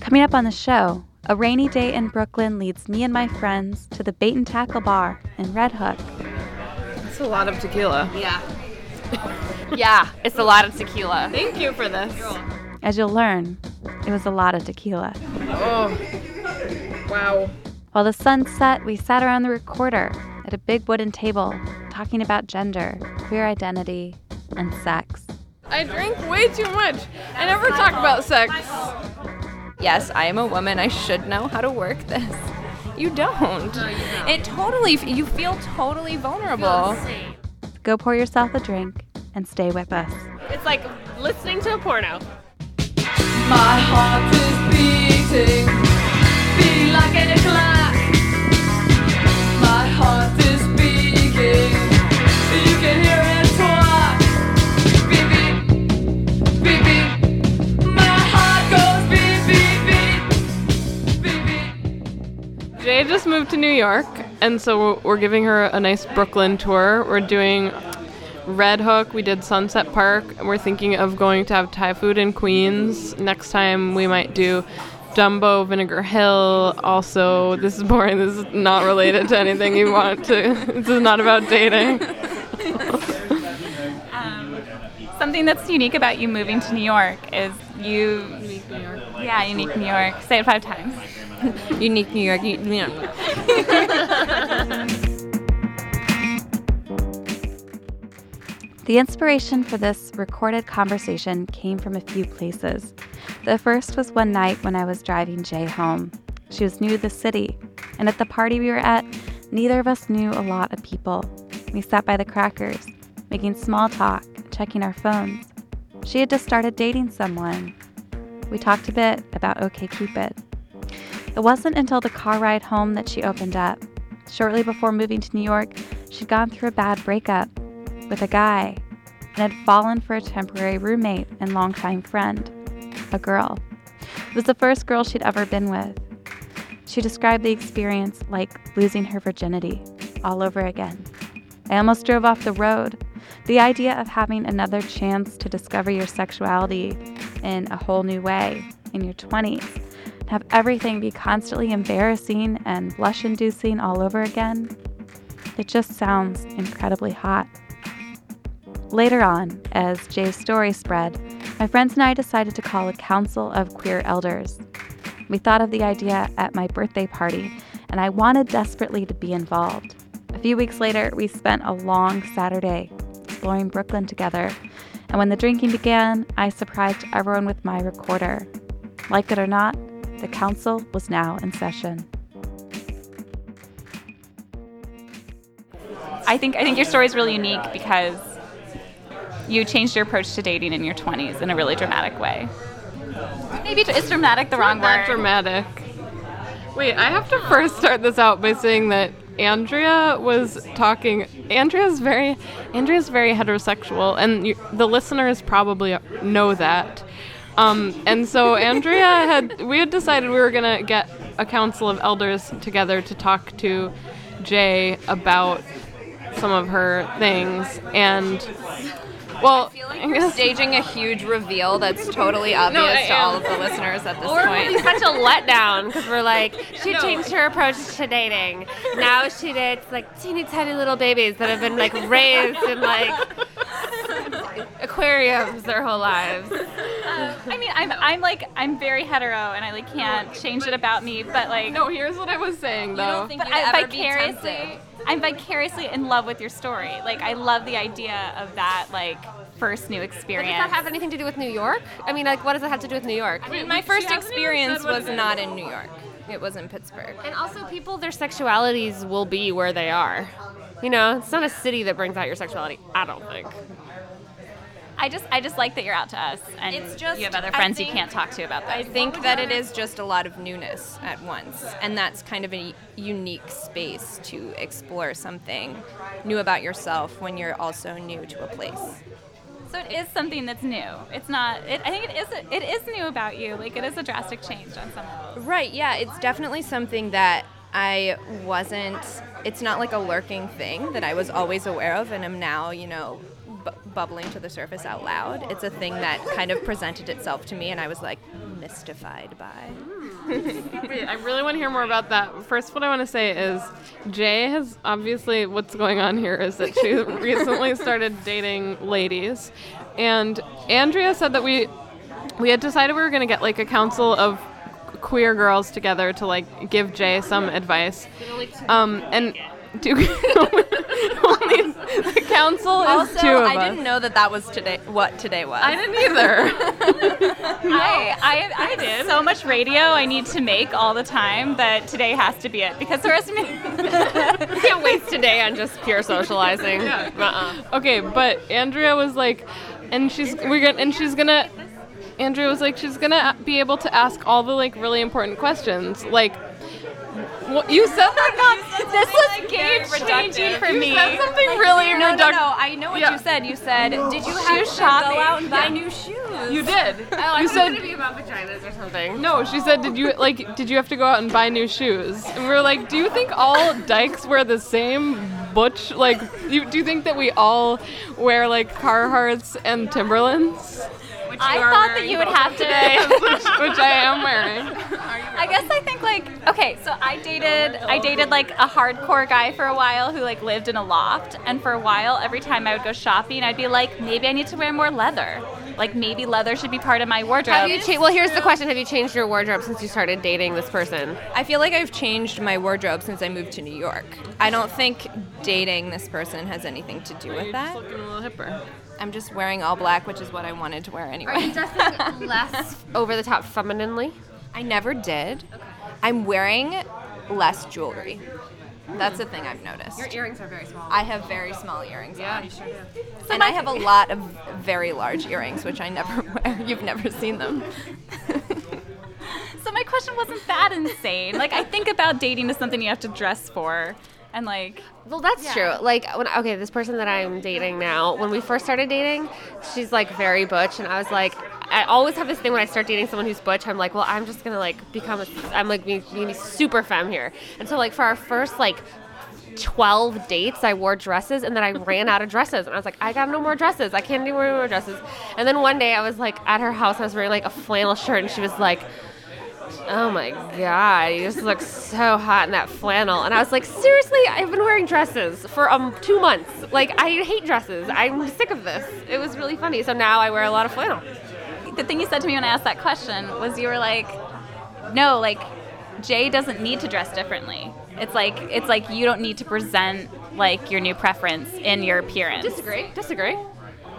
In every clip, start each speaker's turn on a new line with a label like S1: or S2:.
S1: Coming up on the show, a rainy day in Brooklyn leads me and my friends to the Bait and Tackle Bar in Red Hook.
S2: That's a lot of tequila.
S3: Yeah. yeah, it's a lot of tequila.
S2: Thank you for this.
S1: As you'll learn, it was a lot of tequila.
S2: Oh, wow.
S1: While the sun set, we sat around the recorder at a big wooden table talking about gender, queer identity, and sex.
S2: I drink way too much. I never talk about sex.
S3: Yes, I am a woman. I should know how to work this. You don't. It totally, you feel totally vulnerable.
S1: Go pour yourself a drink and stay with us.
S4: It's like listening to a porno.
S5: My heart is beating, beat like an clock. My heart is beating, you can hear it talk. Beep beep, beep beep. My heart goes beep beep beep, beep beep.
S2: Jay just moved to New York, and so we're giving her a nice Brooklyn tour. We're doing Red Hook, we did Sunset Park. We're thinking of going to have Thai food in Queens. Next time we might do Dumbo, Vinegar Hill. Also, this is boring. This is not related to anything you want to. This is not about dating.
S6: Something that's unique about you moving to New York is you. Unique New York. Yeah, unique New York. Say it five times.
S3: Unique New York. You, you know.
S1: The inspiration for this recorded conversation came from a few places. The first was one night when I was driving Jay home. She was new to the city, and at the party we were at, neither of us knew a lot of people. We sat by the crackers, making small talk, checking our phones. She had just started dating someone. We talked a bit about OKCupid. It wasn't until the car ride home that she opened up. Shortly before moving to New York, she'd gone through a bad breakup with a guy and had fallen for a temporary roommate and longtime friend, a girl. It was the first girl she'd ever been with. She described the experience like losing her virginity all over again. I almost drove off the road. The idea of having another chance to discover your sexuality in a whole new way in your 20s, and have everything be constantly embarrassing and blush inducing all over again, it just sounds incredibly hot. Later on, as Jay's story spread, my friends and I decided to call a council of queer elders. We thought of the idea at my birthday party, and I wanted desperately to be involved. A few weeks later, we spent a long Saturday exploring Brooklyn together, and when the drinking began, I surprised everyone with my recorder. Like it or not, the council was now in session.
S6: I think I think your story is really unique because you changed your approach to dating in your 20s in a really dramatic way. Maybe it's dramatic the wrong
S2: Not
S6: word.
S2: dramatic. Wait, I have to first start this out by saying that Andrea was talking. Andrea's very, Andrea's very heterosexual, and you, the listeners probably know that. Um, and so Andrea had, we had decided we were gonna get a council of elders together to talk to Jay about some of her things, and well, I guess-
S3: Staging a huge reveal that's totally obvious
S2: I
S3: to all
S2: am.
S3: of the listeners at this
S4: Or
S3: point.
S4: it's such a letdown because we're like, she changed her approach to dating. Now she dates like teeny tiny little babies that have been like raised in like aquariums their whole lives.
S6: I mean, I'm, I'm like I'm very hetero and I like can't change it about me, but like
S2: no, here's what I was saying though.
S6: but I vicariously I'm vicariously in love with your story. Like I love the idea of that like first new
S4: Does
S6: experience.
S4: that have anything to do with New York? I mean, like, what does it have to do with New York?
S3: My first
S2: She hasn't even
S3: experience
S2: said what
S3: was
S2: it is.
S3: not in New York. It was in Pittsburgh.
S4: And also, people, their sexualities will be where they are. You know, it's not a city that brings out your sexuality, I don't think.
S6: I just I just like that you're out to us and
S3: It's just-
S6: you have
S3: I
S6: other friends
S3: think-
S6: you can't talk to about that.
S3: I think that it is just a lot of newness at once, and that's kind of a unique space to explore something new about yourself when you're also new to a place.
S6: So it is something that's new. It's not. It, I think it is. It is new about you. Like it is a drastic change on some level.
S3: Right, yeah, it's definitely something that I wasn't, it's not like a lurking thing that I was always aware of and am now, you know, bu- bubbling to the surface out loud. It's a thing that kind of presented itself to me, and I was like mystified by.
S2: Wait, I really want to hear more about that. First, what I want to say is Jay has obviously what's going on here is that she recently started dating ladies, and Andrea said that we we had decided we were going to get like a council of queer girls together to like give Jay some advice. Um, and do only the council is
S3: Also,
S2: two of
S3: I
S2: us.
S3: didn't know that that was today. What today was?
S2: I didn't either.
S1: I, I, I have so much radio I need to make all the time that today has to be it because the rest of me.
S4: Can't waste today on just pure socializing. Uh-uh.
S2: Okay, but Andrea was like, and she's we're gonna and she's gonna. Andrea was like, she's gonna be able to ask all the like really important questions. Like, what you said that
S1: this was game changing for me.
S2: you said something really
S3: No, no,
S2: reductive.
S3: no. I know what
S2: Yeah.
S3: you said. You said, "Did
S1: Shoe
S3: you have to go
S1: shopping.
S3: out and buy new shoes?"
S2: You did. you
S4: I thought it was
S2: said
S4: gonna be about vaginas or something.
S2: no. She said, did you like? Did you have to go out and buy new shoes? And we were like, do you think all dykes wear the same? Butch, like, you, do you think that we all wear like Carhartts and Timberlands,
S1: I thought that you would have to.
S2: which I am wearing?
S1: I guess I think like okay, so I dated I dated like a hardcore guy for a while who like lived in a loft, and for a while every time I would go shopping, I'd be like, maybe I need to wear more leather. Like maybe leather should be part of my wardrobe.
S4: Have you cha- well, here's the question: Have you changed your wardrobe since you started dating this person?
S3: I feel like I've changed my wardrobe since I moved to New York. I don't think dating this person has anything to do with that.
S2: looking a little hipper.
S3: I'm just wearing all black, which is what I wanted to wear anyway.
S4: dressing less over the top femininely?
S3: I never did. I'm wearing less jewelry. That's the thing I've noticed.
S4: earrings are very small.
S3: I have very small earrings. on.
S4: sure do.
S3: and I have a lot of very large earrings, which I never wear. You've never seen them.
S1: So my question wasn't that insane. Like I think about dating as something you have to dress for, and like
S4: Well, that's true. Like, when okay, this person that I'm dating now, when we first started dating, she's like very butch, and I was like, I always have this thing when I start dating someone who's butch, I'm like, well, I'm just gonna like become, a, I'm like being, being super femme here, and so like for our first like. 12 dates I wore dresses and then I ran out of dresses and I was like I got no more dresses I can't do more more dresses and then one day I was like at her house I was wearing like a flannel shirt and she was like Oh my god, you just look so hot in that flannel. And I was like, seriously, I've been wearing dresses for um two months. Like I hate dresses. I'm sick of this. It was really funny. So now I wear a lot of flannel.
S1: the thing you said to me when I asked that question was you were like, no, like Jay doesn't need to dress differently. It's like it's like you don't need to present like your new preference in your appearance.
S4: Disagree? Disagree?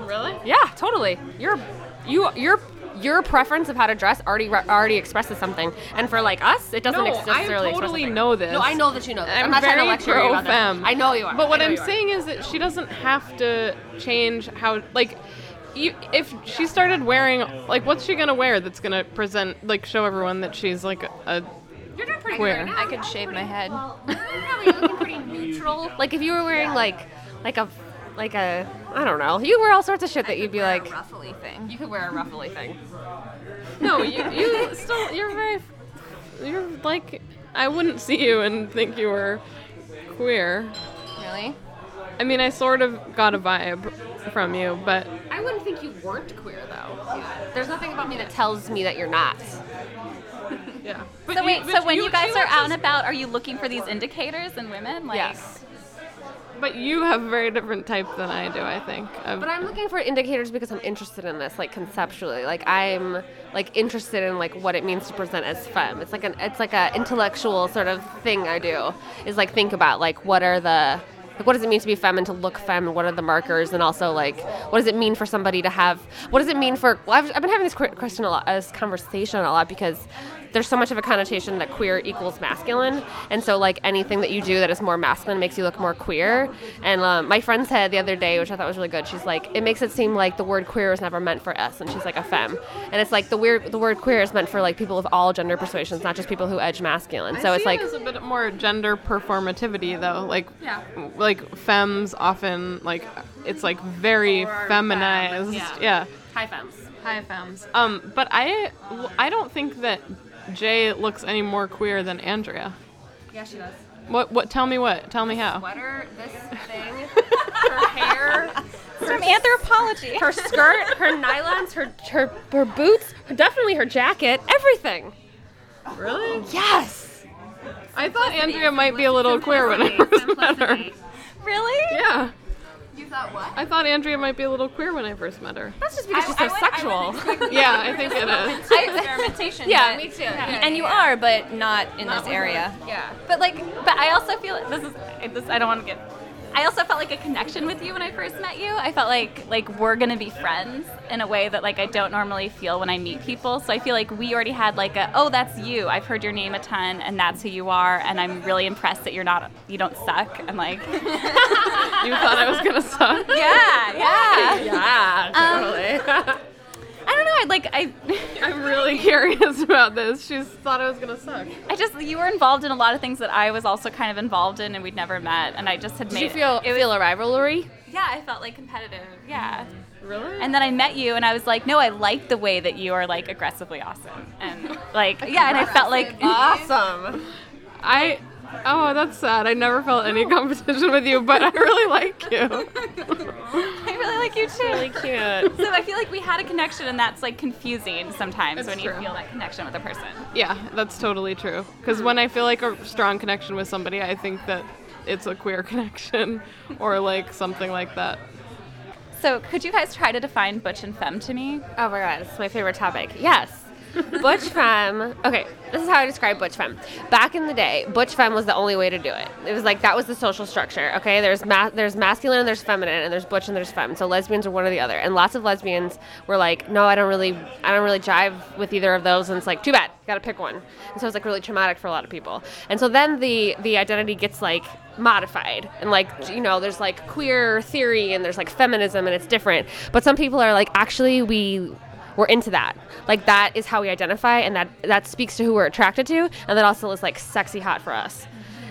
S2: Really?
S4: Yeah, totally. Your you your your preference of how to dress already re- already expresses something. And for like us, it doesn't
S2: No,
S4: exist
S2: I
S4: necessarily. express
S2: totally
S4: something.
S2: know this.
S4: No, I know that you know this.
S2: I'm,
S4: I'm, not
S2: very
S4: trying to lecture you
S2: pro
S4: about this.
S2: femme.
S4: I know you are.
S2: But what
S4: I know
S2: I'm
S4: you are.
S2: saying is that she doesn't have to change how like. You, if she started wearing like what's she gonna wear that's gonna present like show everyone that she's like a
S4: you're doing pretty
S2: Where?
S3: I could shave my head.
S4: You're looking pretty neutral. Like if you were wearing like like a like a I don't know. You wear all sorts of shit that you'd be like
S3: ruffly thing.
S4: you could wear a ruffly thing.
S2: no you, you still you're very you're like I wouldn't see you and think you were queer
S3: Really?
S2: I mean I sort of got a vibe from you but
S4: I wouldn't think you weren't queer though. There's nothing about me that tells me that you're not.
S2: yeah
S1: so wait, so when you, guys are out and about, are you looking for these indicators in women? Like,
S4: Yes.
S2: but you have a very different type than I do I think of-
S4: But I'm looking for indicators because I'm interested in this, like conceptually. Like I'm like interested in like what it means to present as femme. It's like an it's like a intellectual sort of thing I do. Is like think about like what are the like what does it mean to be femme and to look femme and what are the markers and also like what does it mean for somebody to have what does it mean for well, I've, I've been having this que- question a lot this conversation a lot because there's so much of a connotation that queer equals masculine and so like anything that you do that is more masculine makes you look more queer and um, my friend said the other day which i thought was really good she's like it makes it seem like the word queer was never meant for us and she's like a femme and it's like the weird the word queer is meant for like people of all gender persuasions not just people who edge masculine so
S2: I
S4: it's
S2: see it
S4: like
S2: as a bit more gender performativity though like like femmes often like it's like very feminized yeah.
S4: hi femmes
S2: hi femmes um but i i don't think that jay looks any more queer than andrea
S4: yeah she does
S2: what what tell me what tell me how
S4: sweater, this thing, her hair,
S1: from anthropology.
S4: her skirt, her nylons, her her, her boots, her, definitely her jacket, everything.
S2: Really?
S4: Yes.
S2: I thought Andrea might be a little queer when I first met her.
S1: really?
S2: Yeah.
S3: You thought what?
S2: I thought Andrea might be a little ququeer when I first met her.
S4: That's just because she's so sexual.
S2: Yeah, I think it is.
S1: experimentation.
S4: Yeah,
S1: but-
S4: me too.
S3: And you are, but not in this area.
S4: yeah.
S1: But like, but I also feel this is this. I don't want to get. I also felt like a connection with you when I first met you. I felt like like we're gonna be friends in a way that like I don't normally feel when I meet people. So I feel like we already had like a oh that's you. I've heard your name a ton and that's who you are. And I'm really impressed that you're not you don't suck. And like
S2: You thought I was gonna suck.
S1: yeah yeah. Um,
S4: Yeah, totally.
S1: I don't know. I like I.
S2: I'm really curious about this. She thought I was gonna suck.
S1: I just you were involved in a lot of things that I was also kind of involved in and we'd never met and I just had
S4: Did
S1: made
S4: you feel
S1: it, it was,
S4: feel a rivalry?
S1: yeah I felt like competitive yeah
S4: Mm-hmm.
S2: Really?
S1: and then I met you and I was like no I like the way that you are like aggressively awesome and like yeah and I felt like
S4: Awesome.
S2: I. Oh, that's sad. I never felt any competition with you, but I really like you.
S1: I really like you too
S4: Really cute.
S1: so I feel like we had a connection and that's like confusing sometimes
S2: It's
S1: when you
S2: true.
S1: feel that connection with a person
S2: Yeah, that's totally true. Because when I feel like a strong connection with somebody, I think that it's a queer connection or like something like that.
S1: so could you guys try to define butch and femme to me
S4: Oh my god, it's my favorite topic. Yes. Butch femme. Okay, this is how I describe butch femme. Back in the day, butch femme was the only way to do it. It was like that was the social structure. Okay, there's ma- there's masculine and there's feminine and there's butch and there's femme. So lesbians are one or the other. And lots of lesbians were like, no, I don't really I don't really jive with either of those. And it's like too bad, got to pick one. And so it's like really traumatic for a lot of people. And so then the the identity gets like modified and like you know there's like queer theory and there's like feminism and it's different but some people are like actually we we're into that like that is how we identify and that that speaks to who we're attracted to and that also is like sexy hot for us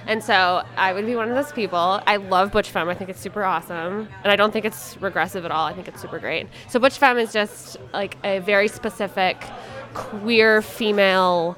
S4: and so i would be one of those people i love butch femme i think it's super awesome and i don't think it's regressive at all i think it's super great so butch femme is just like a very specific queer female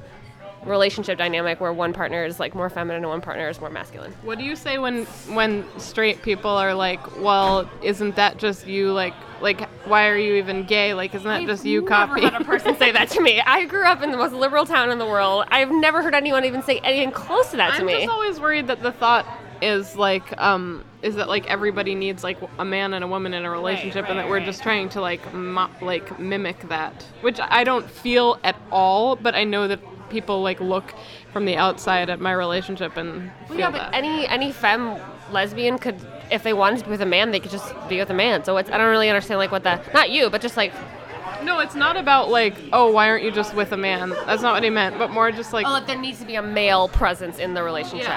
S4: relationship dynamic where one partner is like more feminine and one partner is more masculine
S2: What do you say when when straight people are like, well, isn't that just you? Like, like why are you even gay? Like, isn't that just you copy?
S4: had a person say that to me. I grew up in the most liberal town in the world. I've never heard anyone even say anything close to that to
S2: I'm
S4: me.
S2: just always worried that the thought is like, um, is that like everybody needs like a man and a woman in a relationship, and that we're just trying to like mo- like mimic that, which I don't feel at all. But I know that people like look from the outside at my relationship and feel
S4: Well, yeah, but
S2: that.
S4: any any femme lesbian could, if they wanted to be with a man, they could just be with a man. So it's I don't really understand like what the not you, but just like
S2: no, it's not about like, oh, why aren't you just with a man? That's not what he meant, but more just like,
S4: oh, like there needs to be a male presence in the relationship.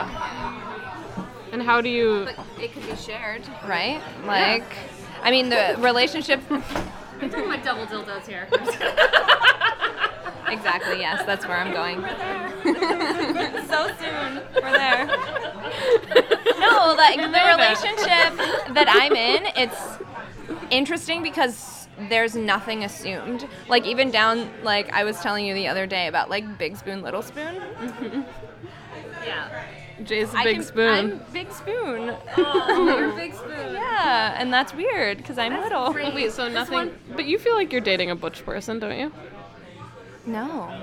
S2: and how do you?
S3: But it could be shared, right? Like, I mean, the relationship.
S4: my double dildos here.
S3: exactly. Yes, that's where I'm going.
S1: so soon. We're there. no, like
S3: the relationship that I'm in, it's interesting because there's nothing assumed. Like even down, like I was telling you the other day about like big spoon, little spoon.
S2: Jay's a
S3: I
S2: big
S3: can-
S2: spoon.
S3: I'm big spoon. Oh, big spoon. Yeah, and that's weird because I'm little.
S2: Wait, so nothing. But you feel like you're dating a butch person, don't you?
S3: No,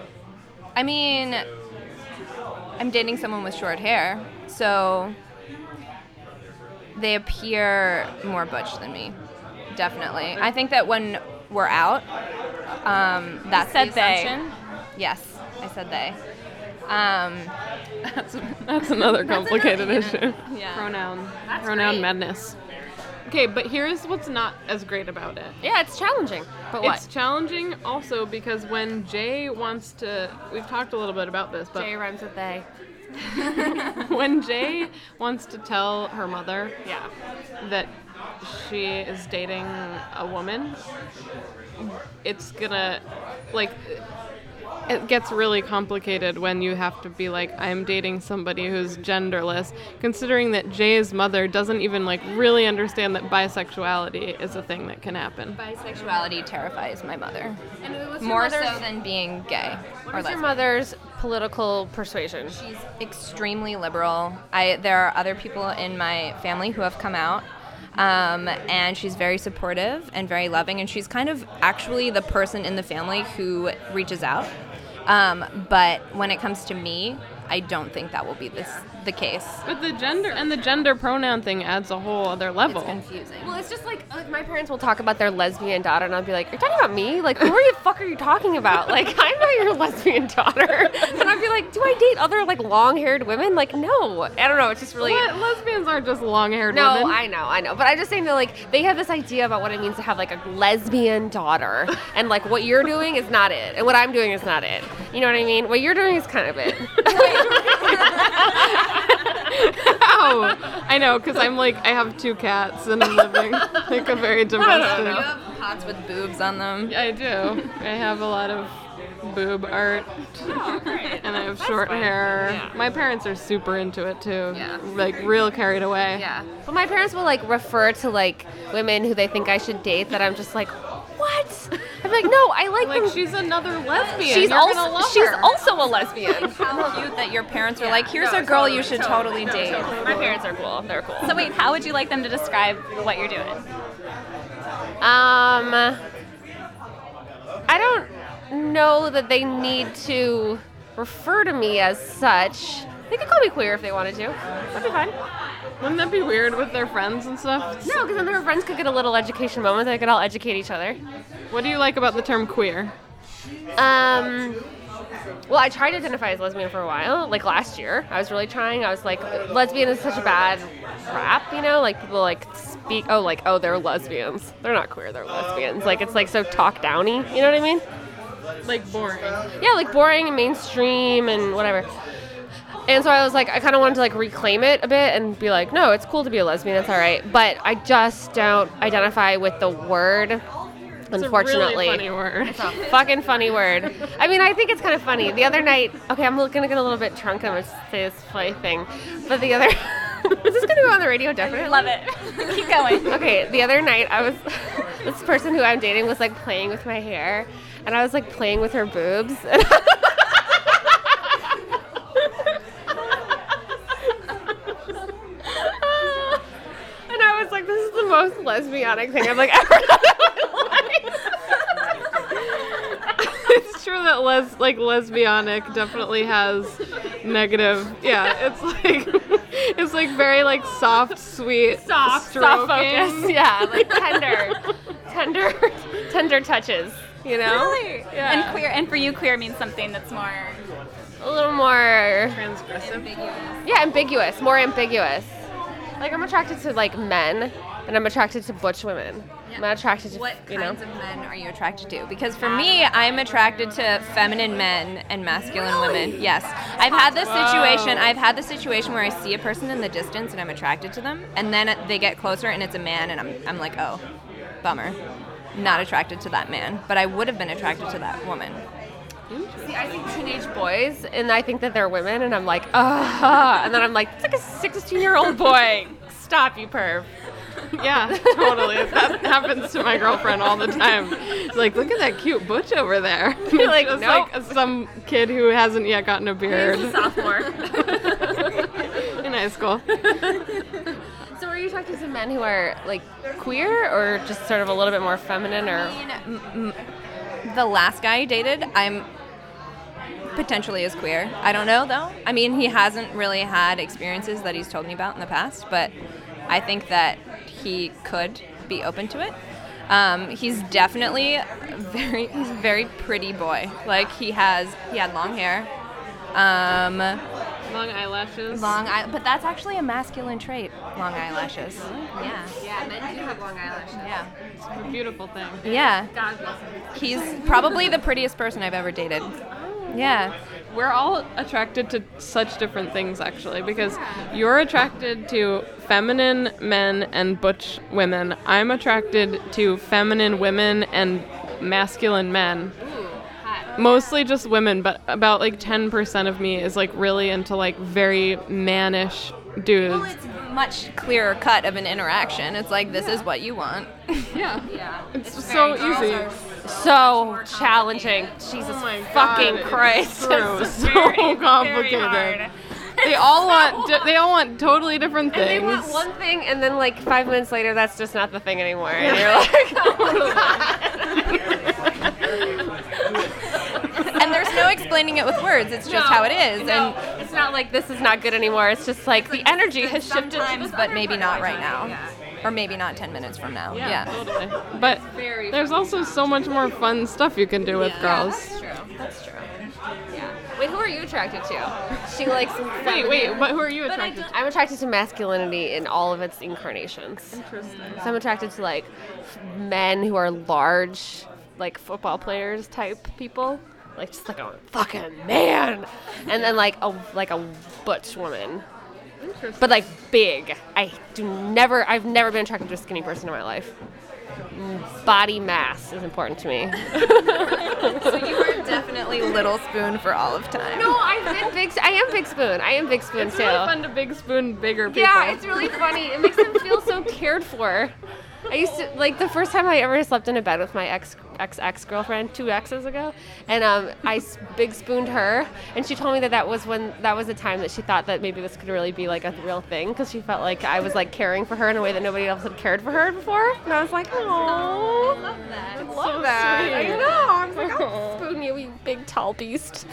S3: I mean, I'm dating someone with short hair, so they appear more butch than me. Definitely. I think that when we're out, um, that's
S1: said
S3: the
S1: they.
S3: assumption. Yes, I said they. Um,
S2: That's another complicated issue.
S3: Yeah.
S2: Pronoun. Pronoun madness. Okay, but here's what's not as great about it.
S4: Yeah, it's challenging. But what?
S2: It's challenging also because when Jay wants to, we've talked a little bit about this, but
S4: J rhymes with they.
S2: when Jay wants to tell her mother
S4: Yeah.
S2: that she is dating a woman, it's gonna, like, it gets really complicated when you have to be like, I'm dating somebody who's genderless, considering that Jay's mother doesn't even, like, really understand that bisexuality is a thing that can happen.
S3: bisexuality terrifies my mother
S4: What's
S3: more so than being gay or
S4: your
S3: lesbian.
S4: mother's political persuasion?
S3: She's extremely liberal. I there are other people in my family who have come out. Um, and she's very supportive and very loving, and she's kind of actually the person in the family who reaches out. Um, but when it comes to me, I don't think that will be this the case.
S2: But the gender and the gender pronoun thing adds a whole other level.
S3: It's confusing.
S4: Well, it's just like, like my parents will talk about their lesbian daughter, and I'll be like, "You're talking about me? Like, who are you? Fuck, are you talking about? Like, I'm not your lesbian daughter." And I'll be like, "Do I date other like long-haired women? Like, no. I don't know. It's just really
S2: What? Lesbians aren't just long-haired
S4: no.
S2: women.
S4: I know, I know. But I just saying that like they have this idea about what it means to have like a lesbian daughter, and like what you're doing is not it, and what I'm doing is not it. You know what I mean? What you're doing is kind of it.
S2: Oh, I know, because I'm like, I have two cats and I'm living like a very domestic.
S3: You have pots with boobs on them.
S2: I do. I have a lot of boob art. and I have short hair. My parents are super into it too.
S3: Yeah.
S2: Like, real carried away.
S3: Yeah.
S4: But my parents will like refer to like women who they think I should date that I'm just like, what? I'm like, no, I like,
S2: Like,
S4: them.
S2: she's another lesbian.
S4: she's
S2: You're
S4: also
S2: gonna love
S4: she's
S2: her.
S4: also a lesbian.
S3: How cute that your parents were like, here's a girl you should totally, date.
S4: My parents are cool. They're cool.
S1: So wait, how would you like them to describe what you're doing?
S4: Um, I don't know that they need to refer to me as such. They could call me queer if they wanted to. That'd be fine.
S2: Wouldn't that be weird with their friends and stuff?
S4: No, because then their friends could get a little education moment. They could all educate each other.
S2: What do you like about the term queer?
S4: Um, well, I tried to identify as lesbian for a while, like last year. I was really trying. I was like, lesbian is such a bad rap, you know? Like people like speak, oh, like oh, they're lesbians. They're not queer. They're lesbians. Like it's like so talk downy. You know what I mean?
S2: Like, boring.
S4: yeah, like boring and mainstream and whatever. And so I was like, I kind of wanted to like reclaim it a bit and be like, no, it's cool to be a lesbian, it's all right. But I just don't identify with the word, unfortunately.
S2: It's a really funny word.
S4: It's a fucking funny word. I mean, I think it's kind of funny. The other night, okay, I'm gonna get a little bit drunk and I'm gonna say this funny thing. But the other, is this gonna go on the radio? Definitely.
S1: Love it. Keep going.
S4: Okay, the other night I was this person who I'm dating was like playing with my hair and I was like playing with her boobs. And I was like, this is the most lesbionic thing I've like ever done in my life.
S2: it's true that les like lesbianic definitely has negative yeah it's like it's like very like soft sweet soft
S4: Soft focus, yeah, like tender, tender, tender touches, you know?
S1: And queer, and for you, queer means something that's more.
S4: A little more
S2: transgressive
S4: Yeah, ambiguous, more ambiguous. Like I'm attracted to like men, and I'm attracted to butch women. I'm not attracted to
S3: What
S4: you know.
S3: kinds of men are you attracted to? Because for me, I'm attracted to feminine men and masculine women. Yes. I've had this situation. I've had the situation where I see a person in the distance and I'm attracted to them, and then they get closer and it's a man, and I'm, I'm like, oh, bummer. Not attracted to that man, but I would have been attracted to that woman.
S4: See, I think teenage boys, and I think that they're women, and I'm like, ah, and then I'm like, it's like a 16 year old boy. Stop, you perv.
S2: yeah totally that happens to my girlfriend all the time it's like look at that cute butch over there it's
S4: like,
S2: just
S4: nope.
S2: like some kid who hasn't yet gotten a beard
S4: Sophomore.
S2: in high school
S4: so, are you attracted to men who are like queer, or just sort of a little bit more feminine, or?
S3: mean, m- m- the last guy I dated, I'm potentially is queer. I don't know though. I mean, he hasn't really had experiences that he's told me about in the past, but I think that he could be open to it. Um, he's definitely very he's a very pretty boy. Like he has he had long hair. Um,
S2: long eyelashes
S3: long eye, but that's actually a masculine trait. Long eyelashes. Yeah. Yeah, men do have long eyelashes. Yeah.
S2: beautiful thing
S3: Yeah. He's probably the prettiest person I've ever dated. Yeah.
S2: We're all attracted to such different things, actually, because you're attracted to feminine men and butch women. I'm attracted to feminine women and masculine men. Mostly just women, but about like 10% of me is like really into like very mannish dudes.
S3: Well, it's much clearer cut of an interaction. It's like this is what you want.
S2: yeah. yeah. It's, so easy. Oh
S4: So challenging. Jesus
S2: my
S4: fucking
S2: God, it's
S4: Christ.
S2: true.
S4: It's
S2: So
S4: very, very
S2: complicated.
S4: hard.
S2: They all want. Di- they all want totally different things.
S4: They want one thing, and then like five minutes later, that's just not the thing anymore. And you're like,
S3: and there's no explaining it with words. It's just how it is.
S4: no, it's not like this is not good anymore. It's just like the energy has shifted.
S3: And but maybe not right now, or maybe not 10 minutes from now. Yeah.
S2: totally. But there's also so much more fun stuff you can do with girls.
S4: true. That's true. Yeah. Wait, who are you attracted to? She likes.
S2: Wait, wait. But who are you attracted
S4: I'm attracted to masculinity in all of its incarnations. Interesting. So I'm attracted to like men who are large, like football players type people, like just like a fucking man, and then like a like a butch woman. But like big, I do never. I've never been attracted to a skinny person in my life. Mm, Body mass is important to me.
S3: You were definitely little spoon for all of time.
S4: No, I did big. I am big spoon. I am big spoon
S2: It's
S4: too.
S2: really fun to big spoon bigger people.
S4: Yeah, it's really funny. It makes them feel so cared for. I used to like the first time I ever slept in a bed with my ex ex ex girlfriend two exes ago, and um, I s- big spooned her, and she told me that that was when that was a time that she thought that maybe this could really be like a real thing because she felt like I was like caring for her in a way that nobody else had cared for her before, and I was like, oh, I love that, I love that. I know. I was like, I'll spoon you, you big tall beast.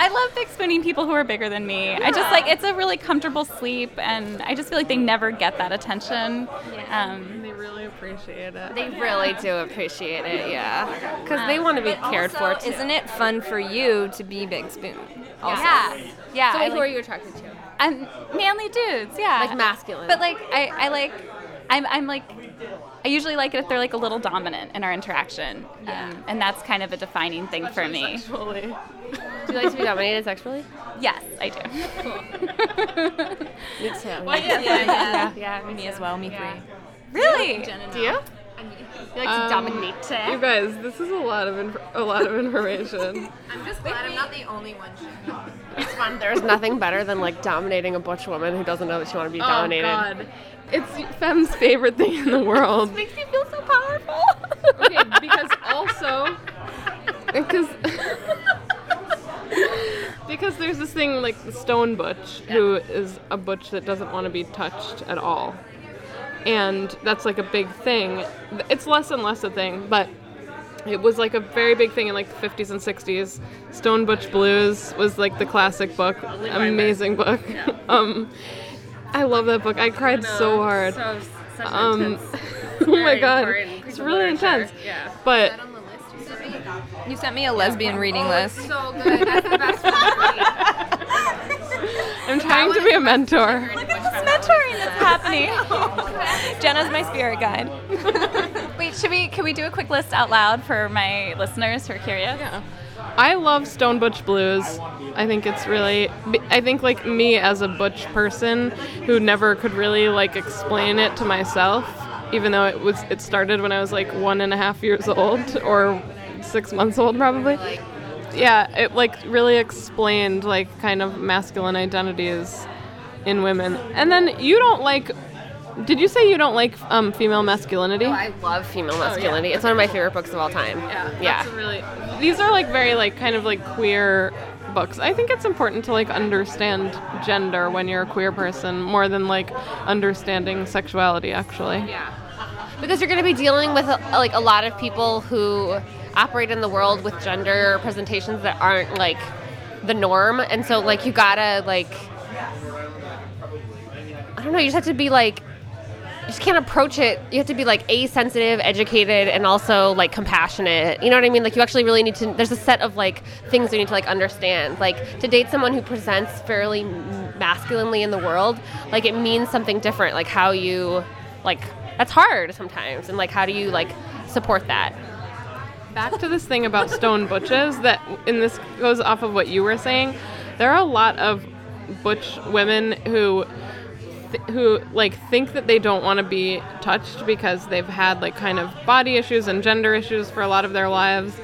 S1: I love big spooning people who are bigger than me. I just like it's a really comfortable sleep, and I just feel like they never get that attention. Um,
S2: They really appreciate it.
S4: They really do appreciate it, yeah, because they want to be cared for too.
S3: Isn't it fun for you to be big spoon? Also?
S1: yeah, yeah.
S4: So
S1: I
S4: wait, who
S1: like-
S4: are you attracted to?
S1: I'm manly dudes, yeah.
S4: Like masculine.
S1: But like I, I like I'm I'm like I usually like it if they're like a little dominant in our interaction. Um, and that's kind of a defining thing for me.
S2: Totally.
S4: do you like to be dominated sexually?
S1: Yes, I do.
S4: Me too.
S3: Yeah, yeah,
S4: Yeah.
S3: Me as well, me three.
S1: really?
S4: Do you? You like to
S2: Um,
S4: dominate.
S2: You guys, this is a lot of inf- a lot of information.
S3: I'm just glad I'm not the only one.
S4: It's fun. There's nothing better than like dominating a butch woman who doesn't know that she wants to be dominated.
S2: Oh God, it's Femme's favorite thing in the world.
S4: Makes me feel so powerful.
S2: okay, because also because because there's this thing like the stone butch who is a butch that doesn't want to be touched at all. And that's like a big thing. It's less and less a thing, but it was like a very big thing in like the 50s and 60s. Stone Butch Blues was like the classic book, amazing book. um, I love that book. I cried so hard. um, oh my god, it's really intense. Yeah. But
S3: You sent me a lesbian reading list.
S4: so good. That's the best one.
S2: I'm trying to be a mentor.
S1: Mentoring is happening.
S3: Jenna's my spirit guide.
S1: Wait, should we can we do a quick list out loud for my listeners who are curious?
S2: I love Stone Butch Blues. I think it's really. I think like me as a butch person who never could really like explain it to myself, even though it was it started when I was like one and a half years old or six months old probably. Yeah, it like really explained like kind of masculine identities in women. And then you don't like. Did you say you don't like um, female masculinity?
S4: I love female masculinity. It's one of my favorite books of all time.
S2: Yeah,
S4: Oh, Yeah.
S2: that's a really. These are like very like kind of like queer books. I think it's important to like understand gender when you're a queer person more than like understanding sexuality. Actually,
S4: because you're going to be dealing with a, like a lot of people who operate in the world with gender presentations that aren't like the norm and so like you gotta like i don't know you just have to be like you just can't approach it you have to be like a sensitive educated and also like compassionate you know what i mean like you actually really need to there's a set of like things you need to like understand like to date someone who presents fairly m- masculinely in the world like it means something different like how you like that's hard sometimes and like how do you like support that
S2: back to this thing about stone butches that, and this goes off of what you were saying. There are a lot of butch women who th- who like think that they don't want to be touched because they've had like kind of body issues and gender issues for a lot of their lives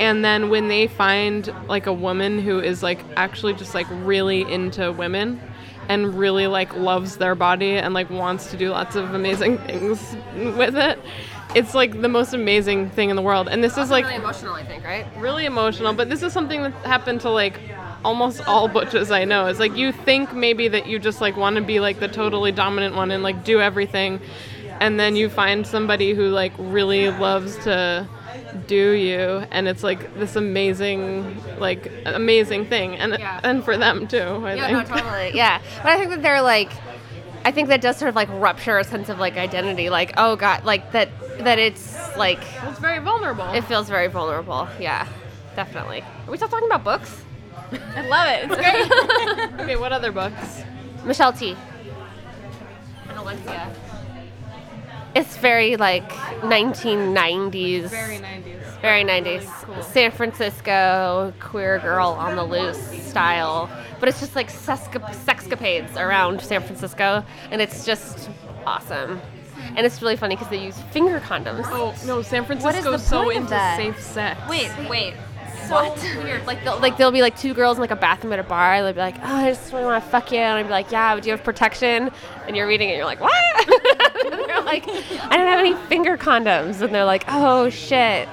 S2: and then when they find like a woman who is like actually just like really into women and really like loves their body and like wants to do lots of amazing things with it it's like the most amazing thing in the world. And this is like
S4: really emotional, I think, right?
S2: really emotional, but this is something that happened to like almost all butches I know. It's like you think maybe that you just like want to be like the totally dominant one and like do everything, and then you find somebody who like really loves to do you, and it's like this amazing, like amazing thing, and
S4: Yeah.
S2: and for them too. I
S4: Yeah, no,
S2: think.
S4: totally. Yeah, but I think that they're like, I think that does sort of like rupture a sense of like identity. Like, oh god, like that that it's like
S2: It's very vulnerable.
S4: it feels very vulnerable. Yeah, definitely. Are we still talking about books?
S1: I love it. It's great.
S2: okay, what other books?
S4: Michelle T. And Alexia. It's very like 1990s. Very 90s. Very 90s. San Francisco queer girl on the loose style, but it's just like sesca- sexcapades around San Francisco, and it's just awesome. And it's really funny because they use finger condoms.
S2: Oh no, San
S3: Francisco's
S2: Francisco's
S3: the so
S2: so
S3: point of
S2: into
S3: into that?
S2: safe sex.
S1: Wait, wait.
S4: so weird. Like they'll, like there'll be like two girls in like a bathroom at a bar. And they'll be like, oh, I just really want to fuck you, and I'd be like, yeah, but do you have protection? And you're reading it, and you're like, what? and they're like, I don't have any finger condoms, and they're like, oh shit,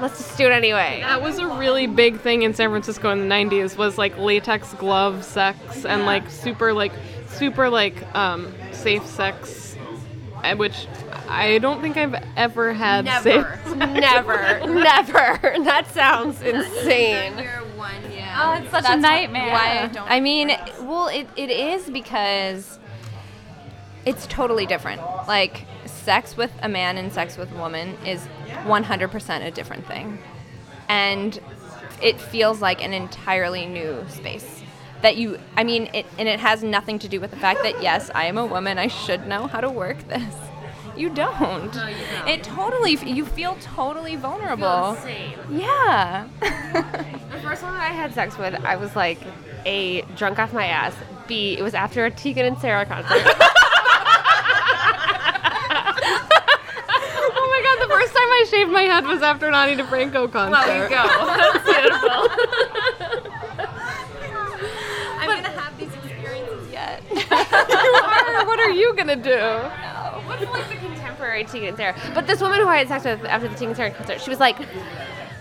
S4: let's just do it anyway.
S2: That was a really big thing in San Francisco in the 90s was like latex glove sex and like super like super like um, safe sex uh, which I don't think I've ever had
S3: Never.
S2: safe
S4: never, never. That sounds insane.
S3: Year one, yeah.
S1: Oh, it's such a nightmare.
S3: why I don't. I mean, well, it, it is because it's totally different. Like, sex with a man and sex with a woman is 100% a different thing. And it feels like an entirely new space. That you, I mean, it, and it has nothing to do with the fact that, yes, I am a woman, I should know how to work this. You don't. No, you don't. It totally, you feel totally vulnerable. yeah.
S4: The first one that I had sex with, I was like, A, drunk off my ass. B, it was after a Tegan and Sarah concert.
S2: Oh my god, the first time I shaved my head was after an Ani DeFranco concert.
S3: I'm going to have these experiences yet.
S2: Or what are you gonna do?
S4: like the contemporary Tegan and Sarah. But this woman who I had sex with after the Tegan and Sarah concert, she was like,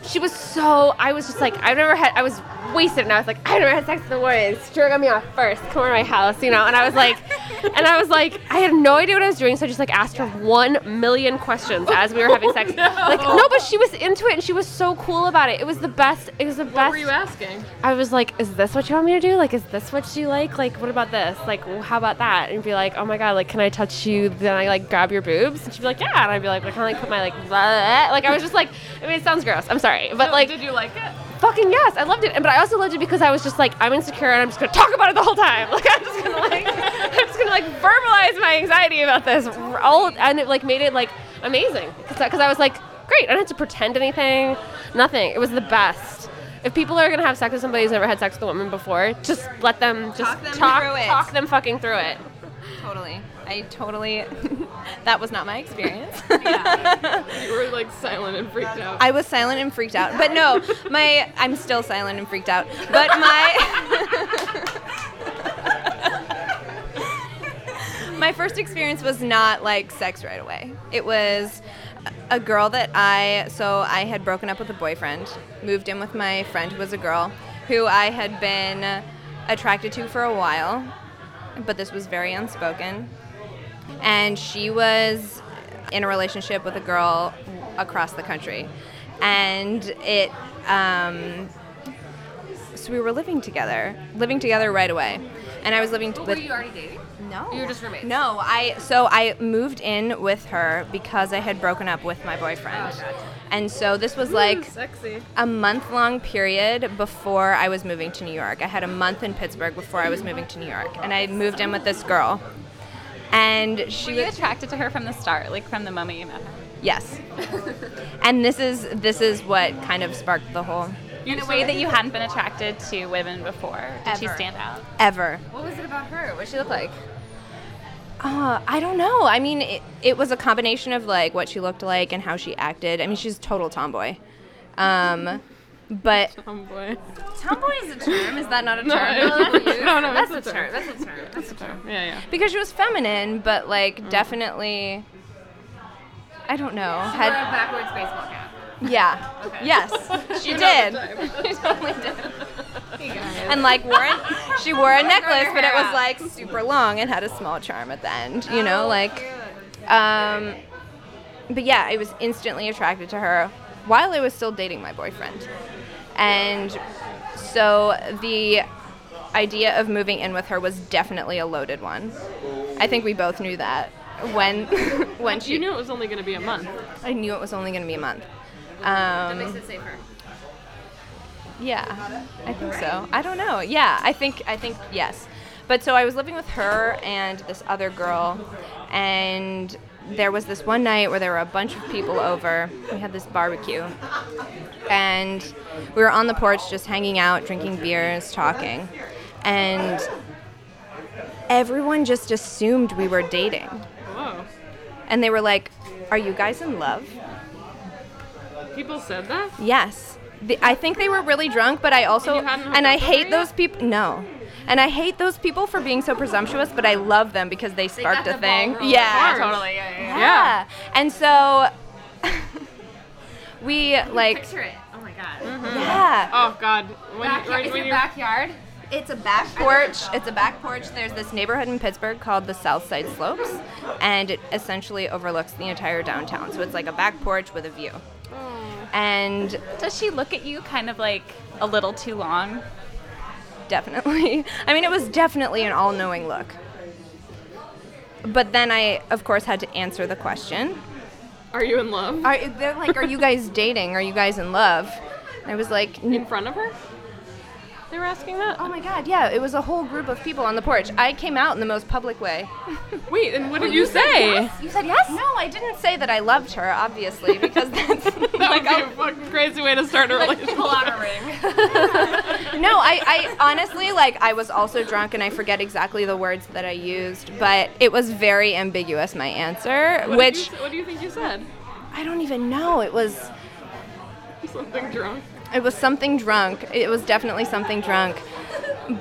S4: she was so. I was just like, I've never had. I was wasted, and I was like, I've never had sex with a woman. Sure, got me off first. Come over to my house, you know. And I was like, and I was like, I had no idea what I was doing, so I just like asked her one million questions as we were
S2: Oh,
S4: having sex. Like, no, but she was into it, and she was so cool about it. It was the best. It was the best.
S2: What were you asking?
S4: I was like, is this what you want me to do? Like, is this what you like? Like, what about this? Like, w- how about that? And be like, oh my god, like, can I touch you? Then I like grab your boobs, and she'd be like, yeah. And I'd be like, I can I like put my like, blah. like I was just like, I mean, it sounds gross. I'm sorry, but like,
S2: Did you like it?
S4: fucking yes, I loved it. And but I also loved it because I was just like, I'm insecure, and I'm just gonna talk about it the whole time. Like, I'm just gonna like, I'm just gonna like verbalize my anxiety about this. r- All and it like made it like amazing because I was like, great, I don't have to pretend anything, nothing. It was the best. If people are gonna have sex with somebody who's never had sex with a woman before, just let them just
S3: Talk them
S4: talk,
S3: through it.
S4: talk them fucking through it.
S3: Totally. I totally. that was not my experience.
S2: You were like silent and freaked out.
S3: I was silent and freaked out. But no, my I'm still silent and freaked out. But my My first experience was not like sex right away. It was a girl that I so I had broken up with a boyfriend, moved in with my friend who was a girl who I had been attracted to for a while, but this was very unspoken and she was in a relationship with a girl across the country and it um, so we were living together living together right away and i was living t- with
S4: already dating?
S3: no
S4: you were just roommates?
S3: no i so i moved in with her because i had broken up with my boyfriend
S4: Oh,
S3: and so this was like
S2: sexy.
S3: a month long period before I was moving to New York. I had a month in Pittsburgh before I was moving to New York, and I had moved in with this girl. And she
S1: Were you
S3: was
S1: attracted to her from the start, like from the moment you met her?
S3: yes. and this is this is what kind of sparked the whole
S1: In a way that you hadn't been attracted to women before. Did she
S3: Ever.
S1: stand out?
S3: ever.
S4: What was it about her? What she look like?
S3: Uh, I don't know. I mean, it, it was a combination of like what she looked like and how she acted. I mean, she's a total tomboy. Um, but
S2: Tomboy.
S3: tomboy is a term. Is that not a term?
S2: no, no,
S4: That's
S2: it's
S4: a term. That's a term.
S2: That's a term. Yeah, yeah.
S3: because she was feminine, but like definitely I don't know.
S4: Had
S3: Had
S4: a backwards baseball cap.
S3: yeah. Yes. She did. she totally did. And like wore it, she wore a necklace, but it was like super long and had a small charm at the end. You
S4: Oh,
S3: know, like, um, but yeah, I was instantly attracted to her while I was still dating my boyfriend, and so the idea of moving in with her was definitely a loaded one. I think we both knew that when when she
S2: You knew it was only going to be a month.
S3: I knew it was only going to be a month. Um, that makes it safer. Yeah, I think so. I don't know. Yeah, I think I think yes. But so I was living with her and this other girl, and there was this one night where there were a bunch of people over. We had this barbecue, and we were on the porch just hanging out, drinking beers, talking, and everyone just assumed we were dating
S2: Whoa.
S3: and they were like, "Are you guys in love?"
S2: People said that?
S3: Yes. The, I think they were really drunk, but I also
S2: And you hadn't hooked
S3: and, I
S2: up with
S3: hate
S2: her
S3: those people. No. And I hate those people for being so presumptuous, but I love them because they sparked a thing. Yeah,
S2: Of course.
S3: totally. Yeah. And so we like Mm-hmm.
S4: Picture it. Oh my god.
S3: yeah.
S2: Oh, God. When,
S4: Backyard-
S2: when-
S4: is
S2: when
S4: your
S2: you-
S4: backyard?
S3: It's a back porch. It's a back porch. There's this neighborhood in Pittsburgh called the South Side Slopes, and it essentially overlooks the entire downtown. So it's like a back porch with a view. And
S1: Does she look at you kind of like a little too long?
S3: definitely. I mean, it was definitely an all knowing look. But then I, of course, had to answer the question.
S2: Are you in love?
S3: Are, they're like, Are you guys dating? Are you guys in love? And I was like,
S2: in front of her? They were asking that?
S3: Oh my God, yeah, it was a whole group of people on the porch. I came out in the most public way.
S2: Wait, and what did you, say?
S3: You said yes? No, I didn't say that I loved her, obviously, because that's
S2: That
S3: like
S2: would be a fucking crazy way to start a relationship.
S3: no, I, I honestly like I was also drunk and I forget exactly the words that I used, but it was very ambiguous my answer,
S2: What did
S3: which
S2: you- what do you think you said?
S3: I don't even know. It was
S2: Something drunk.
S3: it was something drunk. It was definitely something drunk.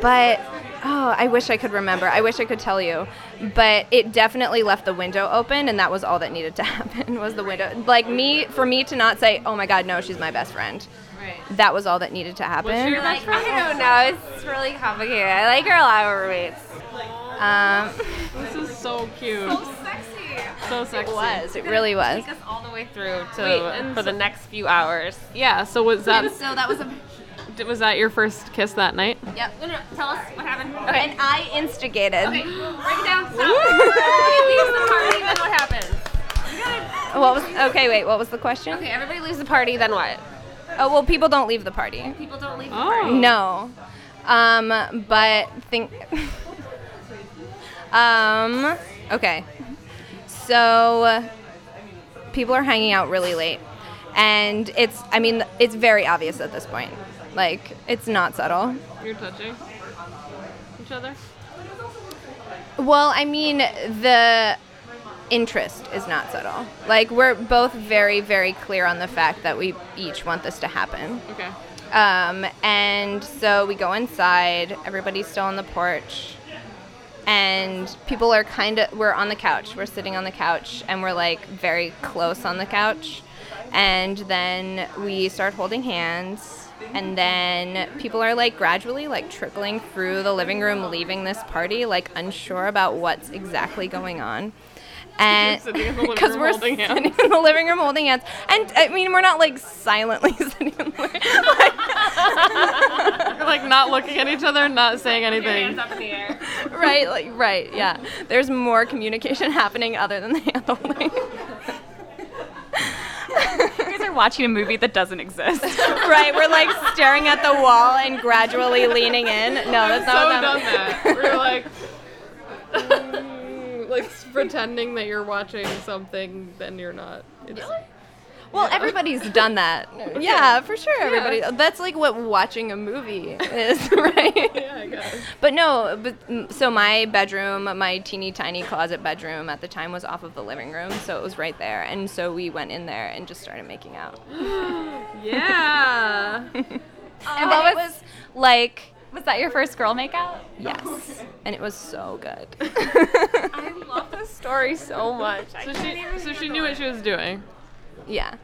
S3: But oh, I wish I could remember. I wish I could tell you. But it definitely left the window open and that was all that needed to happen was the window. Like me for me to not say, "Oh my god, no, she's my best friend."
S4: Right.
S3: That was all that needed to happen.
S2: Was she your best
S4: Like, I
S2: friend?
S4: don't know. It's really complicated. I like her a lot of roommates.
S3: um,
S2: This is so cute. So sexy.
S3: it was. It really was.
S4: Take us all the way through to
S2: and
S4: for the next few hours.
S2: Yeah. So was that
S3: So that was a
S2: was that your first kiss that night?
S3: yep.
S4: Tell us what happened.
S3: And I instigated.
S4: Okay, break it down. Stop. Everybody leaves the party, then what happens?
S3: What was okay? Wait, what was the question?
S4: Okay, everybody leaves the party, then what?
S3: Oh well, people don't leave the party.
S4: People don't leave the
S2: Oh.
S3: No, um, but think. um, okay, so people are hanging out really late, and it's. I mean, it's very obvious at this point. Like, it's not subtle.
S2: You're touching each other.
S3: Well, I mean, the interest is not subtle. Like, we're both very, very clear on the fact that we each want this to happen.
S2: Okay.
S3: Um, and so we go inside, everybody's still on the porch, and people are kind of, we're on the couch, we're sitting on the couch, and we're like very close on the couch. And then we start holding hands, and then people are like gradually like trickling through the living room, leaving this party, like unsure about what's exactly going on. And
S2: You're sitting in the living
S3: because
S2: room
S3: we're
S2: holding hands.
S3: sitting in the living room holding hands, and I mean we're not like silently sitting in the living
S2: You're like not looking at each other, not saying anything.
S4: up in the air.
S3: right, like, right, yeah. There's more communication happening other than the hand holding.
S1: You guys are watching a movie that doesn't exist.
S3: right, we're like staring at the wall and gradually leaning in. No, that's
S2: so
S3: not what
S2: done
S3: that
S2: that. We're like. mm, Like s- pretending that you're watching something, then you're not. It's,
S3: Well, everybody's done that. Yeah, for sure. Everybody. That's like what watching a movie is, right?
S2: Yeah, I guess.
S3: But no, but mm, so my bedroom, my teeny tiny closet bedroom at the time was off of the living room, so it was right there. And so we went in there and just started making out.
S2: Yeah.
S3: and that Um, was like
S1: Was that your first girl makeout?
S3: Yes. And it was so good.
S4: love this story so much.
S2: So she, so she knew what she was doing.
S3: yeah.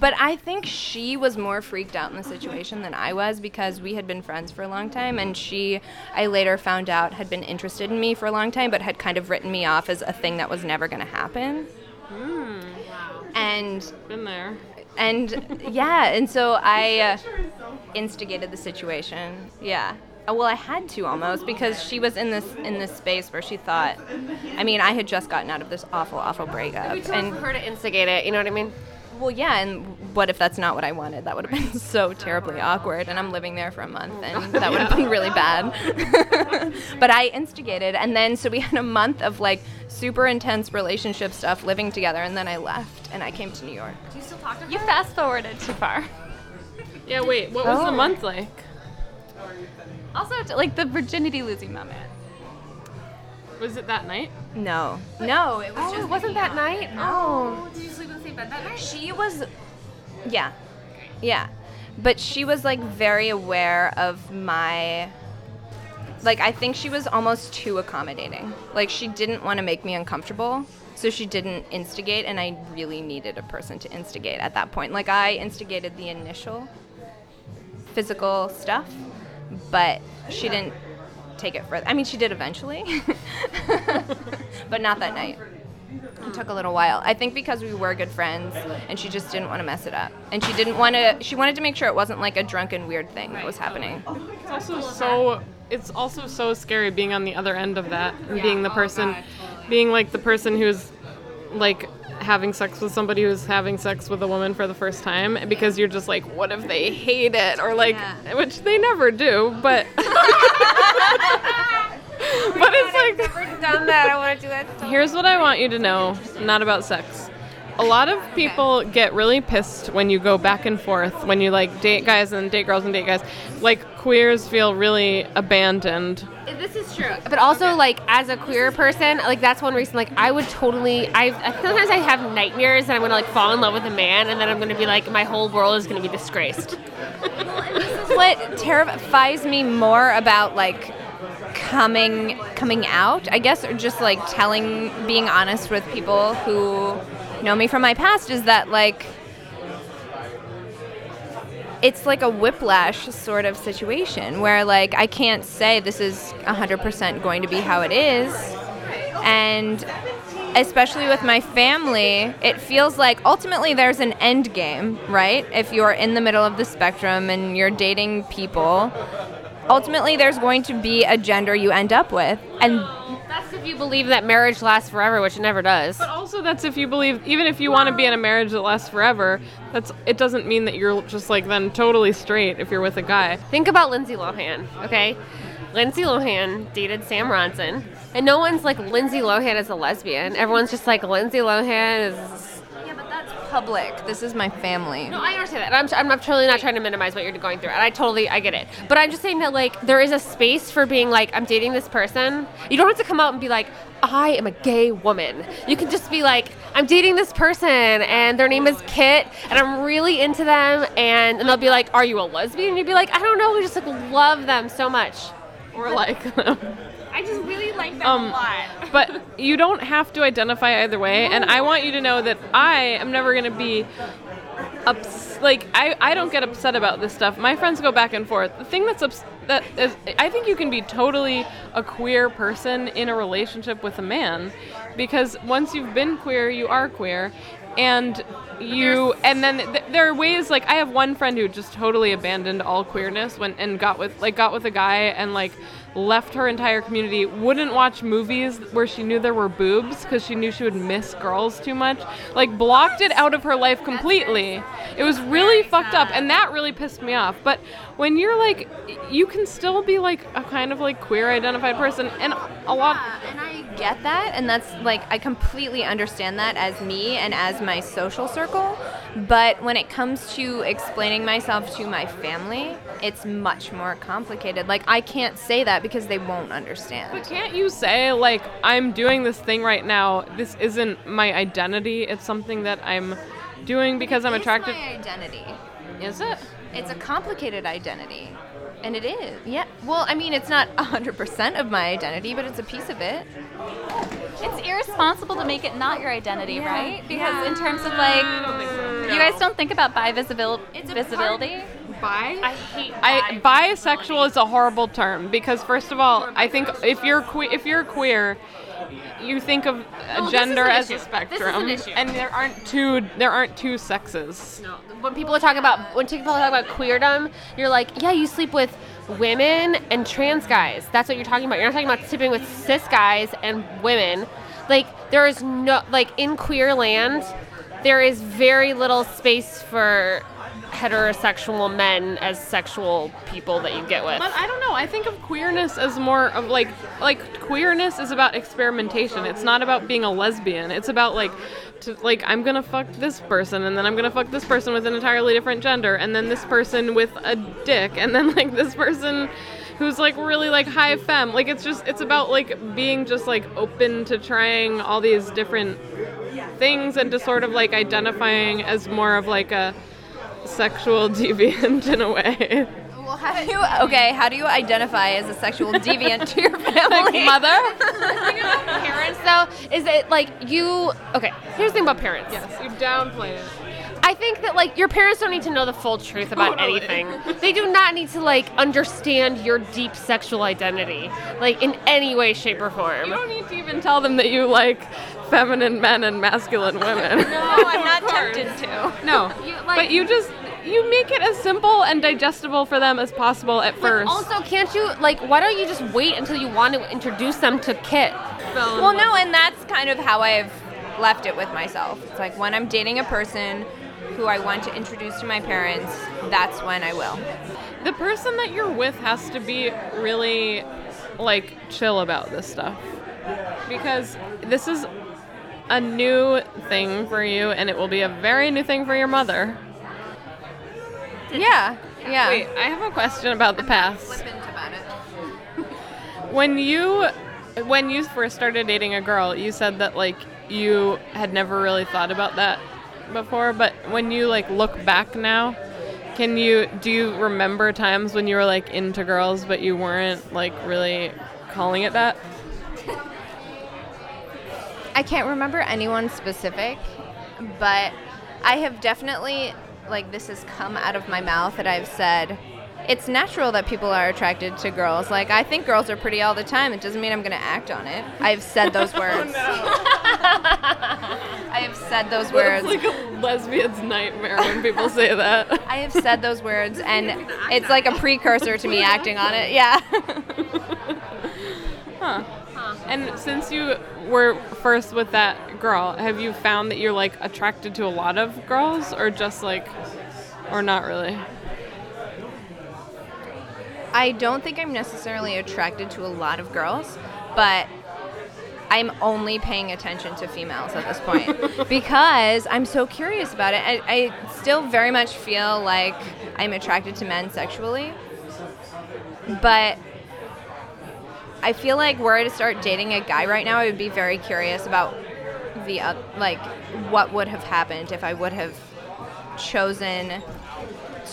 S3: But I think she was more freaked out in the situation than I was because we had been friends for a long time and she I later found out had been interested in me for a long time but had kind of written me off as a thing that was never going to happen. And
S2: Hmm. Been there.
S3: and yeah, and so I uh, instigated the situation. Yeah. Uh, Well, I had to almost because she was in this in this space where she thought. I mean, I had just gotten out of this awful, awful breakup,
S4: and
S3: and
S4: her to instigate it. You know what I mean?
S3: well, yeah. And what if that's not what I wanted? That would have been so terribly awkward, and I'm living there for a month, and that would have been really bad. but I instigated, and then so we had a month of like super intense relationship stuff, living together, and then I left, and I came to New York.
S1: You fast forwarded too far.
S2: Yeah, wait, what was the month like?
S1: Also, t- like the virginity losing moment.
S2: Was it that night?
S3: No, no, oh, it was just
S4: Wasn't that night? Oh.
S3: she was yeah yeah but she was like very aware of my like i think she was almost too accommodating like she didn't want to make me uncomfortable so she didn't instigate and i really needed a person to instigate at that point like i instigated the initial physical stuff but she didn't take it further i mean she did eventually but not that night it took a little while. I think because we were good friends, and she just didn't want to mess it up, and she didn't want to. She wanted to make sure it wasn't like a drunken weird thing that was happening.
S2: It's also so it's also so scary being on the other end of that and being the person being like the person who's like having sex with somebody who's having sex with a woman for the first time because you're just like what if they hate it or like
S3: Yeah.
S2: which they never do but but it's like
S4: Done that. I want to do that.
S2: Here's what I want you to know, not about sex. A lot of people get really pissed when you go back and forth, when you like date guys and date girls and date guys. Like queers feel really abandoned.
S4: This is true. But also, like, as a queer person, like, that's one reason, like, I would totally, I sometimes I have nightmares that I'm going to, like, fall in love with a man, and then I'm going to be like, my whole world is going to be disgraced.
S3: what terrifies me more about like coming coming out, I guess, or just like telling, being honest with people who know me from my past, is that like it's like a whiplash sort of situation where like I can't say this is 100% going to be how it is, and especially with my family, it feels like ultimately there's an end game, right? If you're in the middle of the spectrum and you're dating people, ultimately there's going to be a gender you end up with. And
S4: That's if you believe that marriage lasts forever, which it never does.
S2: But also that's if you believe even if you want to be in a marriage that lasts forever, that's it doesn't mean that you're just like then totally straight if you're with a guy.
S4: Think about Lindsay Lohan, okay? Lindsay Lohan dated Sam Ronson, and no one's like Lindsay Lohan is a lesbian. Everyone's just like Lindsay Lohan is.
S3: yeah, but that's public. This is my family.
S4: No, I understand that. I'm, I'm not totally not trying to minimize what you're going through, and I totally I get it. But I'm just saying that like there is a space for being like I'm dating this person. You don't have to come out and be like I am a gay woman. You can just be like I'm dating this person, and their name is Kit, and I'm really into them, and, and they'll be like, Are you a lesbian? And you'd be like, I don't know, we just like love them so much.
S2: Or like
S1: I just really like them
S2: Um,
S1: a lot.
S2: but you don't have to identify either way and i want you to know that i am never going to be ups- like I, I don't get upset about this stuff my friends go back and forth the thing that's ups- that is i think you can be totally a queer person in a relationship with a man because once you've been queer you are queer and you and then th- there are ways like i have one friend who just totally abandoned all queerness when and got with like got with a guy and like left her entire community wouldn't watch movies where she knew there were boobs because she knew she would miss girls too much like blocked it out of her life completely it was really fucked up and that really pissed me off but when you're like you can still be like a kind of like queer identified person and a lot
S3: and I get that, and that's like I completely understand that as me and as my social circle. But when it comes to explaining myself to my family, it's much more complicated. Like I can't say that because they won't understand.
S2: Can't you say like I'm doing this thing right now? This isn't my identity. It's something that I'm doing because I'm
S3: It's
S2: attracted.
S3: my identity.
S2: Is it?
S3: It's a complicated identity. And it is. Yeah. Well, I mean, it's not 100% of my identity, but it's a piece of it.
S1: It's irresponsible to make it not your identity, right? Because in terms of like, you guys don't think about bi visibility. visibility.
S2: Bi? I, bisexual is a horrible term because first of all, I think if you're que- if you're queer, you think of a
S7: this is
S2: gender
S7: an
S2: as
S7: issue.
S2: a
S7: This is an
S2: spectrum,
S7: issue.
S2: and there aren't two there aren't two sexes.
S4: No. When people talk about when people talk about queerdom, you're like, yeah, you sleep with women and trans guys. That's what you're talking about. You're not talking about sleeping with cis guys and women. Like there is no like in queer land, there is very little space for heterosexual men as sexual people that you get with.
S2: But I don't know. I think of queerness as more of like like queerness is about experimentation. It's not about being a lesbian. It's about like to like I'm gonna fuck this person and then I'm gonna fuck this person with an entirely different gender and then this person with a dick and then like this person who's like really like high femme. Like it's just it's about like being just like open to trying all these different things and to sort of like identifying as more of like a sexual deviant in a way.
S3: Well, how do you, okay, how do you identify as a sexual deviant to your
S2: Like
S3: family?
S2: mother?
S4: parents though, is it like you okay, here's the thing about parents.
S2: Yes, you downplay it.
S4: I think that like your parents don't need to know the full truth about
S2: Totally.
S4: anything. They do not need to like understand your deep sexual identity, like in any way, shape, or form.
S2: You don't need to even tell them that you like feminine men and masculine women.
S1: No, I'm not tempted to.
S2: no. but you just you make it as simple and digestible for them as possible at first.
S4: Also, can't you like? Why don't you just wait until you want to introduce them to Kit?
S3: Well, no, and that's kind of how I've left it with myself. It's like when I'm dating a person who I want to introduce to my parents, that's when I will.
S2: the person that you're with has to be really like chill about this stuff because this is a new thing for you and it will be a very new thing for your mother.
S3: Yeah. Yeah.
S2: Wait, I have a question about the past.
S3: Flippant about it.
S2: when you when you first started dating a girl you said that like you had never really thought about that before but when you like look back now can you do you remember times when you were like into girls but you weren't like really calling it that
S3: I can't remember anyone specific, but I have definitely, like, this has come out of my mouth that I've said, it's natural that people are attracted to girls. Like, I think girls are pretty all the time. It doesn't mean I'm going to act on it. I've said those words. I have said those
S2: it's
S3: words.
S2: like a lesbian's nightmare when people say that
S3: I have said those words, and it's like a precursor to me acting on it. Yeah.
S2: and since you were first with that girl have you found that you're like attracted to a lot of girls or just like or not really
S3: I don't think I'm necessarily attracted to a lot of girls, but I'm only paying attention to females at this point because I'm so curious about it. I, I still very much feel like I'm attracted to men sexually, but I feel like were I to start dating a guy right now, I would be very curious about the oth- like what would have happened if I would have chosen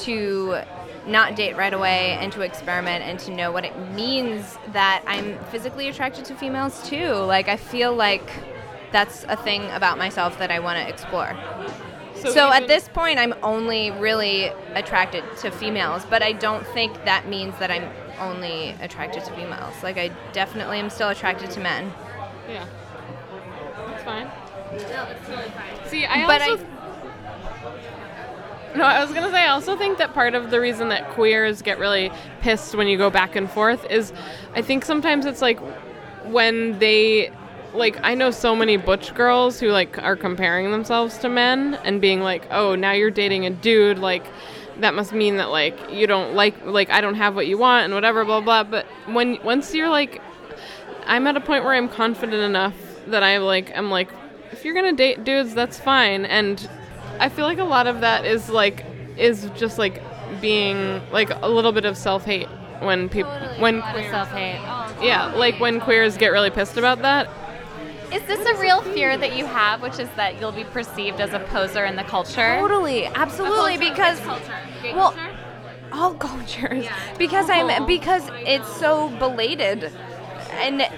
S3: to not date right away and to experiment and to know what it means that I'm physically attracted to females too. Like I feel like that's a thing about myself that I want to explore. So, at
S2: even-
S3: this point I'm only really attracted to females, but I don't think that means that I'm only attracted to females. Like I definitely am still attracted to men.
S2: Yeah. That's fine. No, that's totally fine. See, I
S3: But
S2: also. no, I was gonna say. I also think that part of the reason that queers get really pissed when you go back and forth is, I think sometimes it's like when they, like, I know so many butch girls who like are comparing themselves to men and being like, oh, now you're dating a dude, like, that must mean that like you don't like, like, I don't have what you want and whatever, blah blah. But when once you're like I'm at a point where I'm confident enough that I like I'm like if you're gonna date dudes, that's fine. And I feel like a lot of that is like is just like being like a little bit of self hate when people when queer, yeah like when queers get really pissed about that.
S1: Is this a real fear that you have, which is that you'll be perceived as a poser in the culture?
S3: Totally, absolutely because well all cultures because I'm because it's so belated, and uh,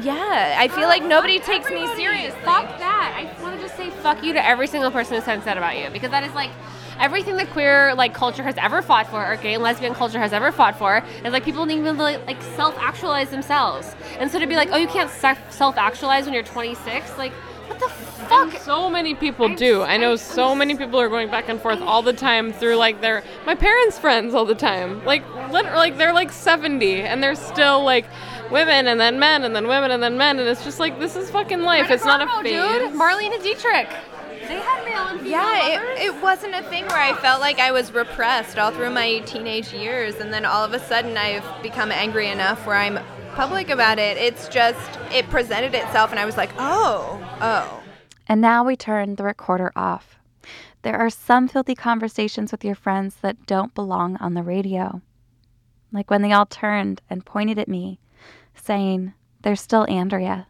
S3: yeah, I feel like nobody takes me seriously.
S4: Fuck that. I want to just say fuck you to every single person who said that about you because that is like everything the queer like culture has ever fought for or gay and lesbian culture has ever fought for is like people don't even like, like self-actualize themselves. And so to be like, "Oh, you can't se- self-actualize when you're 26." Like, what the fuck?
S2: And so many people do. I know so many people are going back and forth all the time through like their my parents' friends all the time. Like literally, like they're like seventy and they're still like women and then men and then women and then men and it's just like this is fucking life. It's not a phase.
S4: dude. Marlena Dietrich.
S3: Yeah, it, it wasn't a thing where I felt like I was repressed all through my teenage years, and then all of a sudden I've become angry enough where I'm public about it. It's just, it presented itself, and I was like, oh, oh.
S8: And now we turn the recorder off. There are some filthy conversations with your friends that don't belong on the radio. Like when they all turned and pointed at me, saying, There's still Andrea.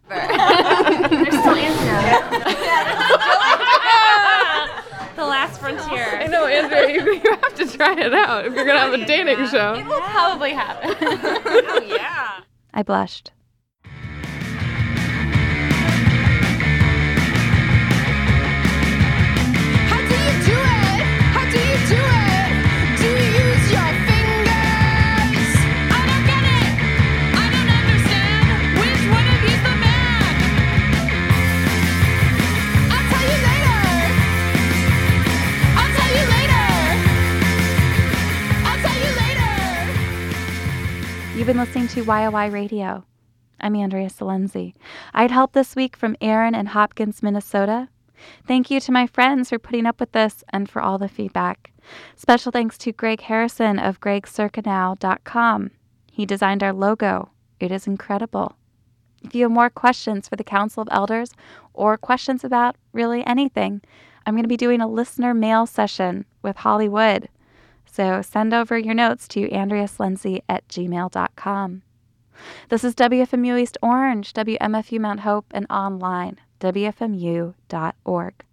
S1: The last frontier.
S2: I know, Andrea, you, you have to try it out if you're gonna have a dating show.
S1: will probably happen. oh yeah.
S8: I blushed.
S5: How do you do it? How do you do it? Do you use your fingers? I don't get it. I don't understand. Which one of you's the man? I'll tell you later. I'll tell you later. I'll tell you later.
S8: You've been listening to YOY Radio. I'm Andrea Salenzi. I had help this week from Aaron in Hopkins, Minnesota. Thank you to my friends for putting up with this and for all the feedback. Special thanks to Greg Harrison of gregcircanow.com. He designed our logo. It is incredible. If you have more questions for the Council of Elders or questions about really anything, I'm going to be doing a listener mail session with Hollywood. So send over your notes to andreaslenzi at gmail.com. This is WFMU East Orange, WMFU Mount Hope, and online, WFMU.org.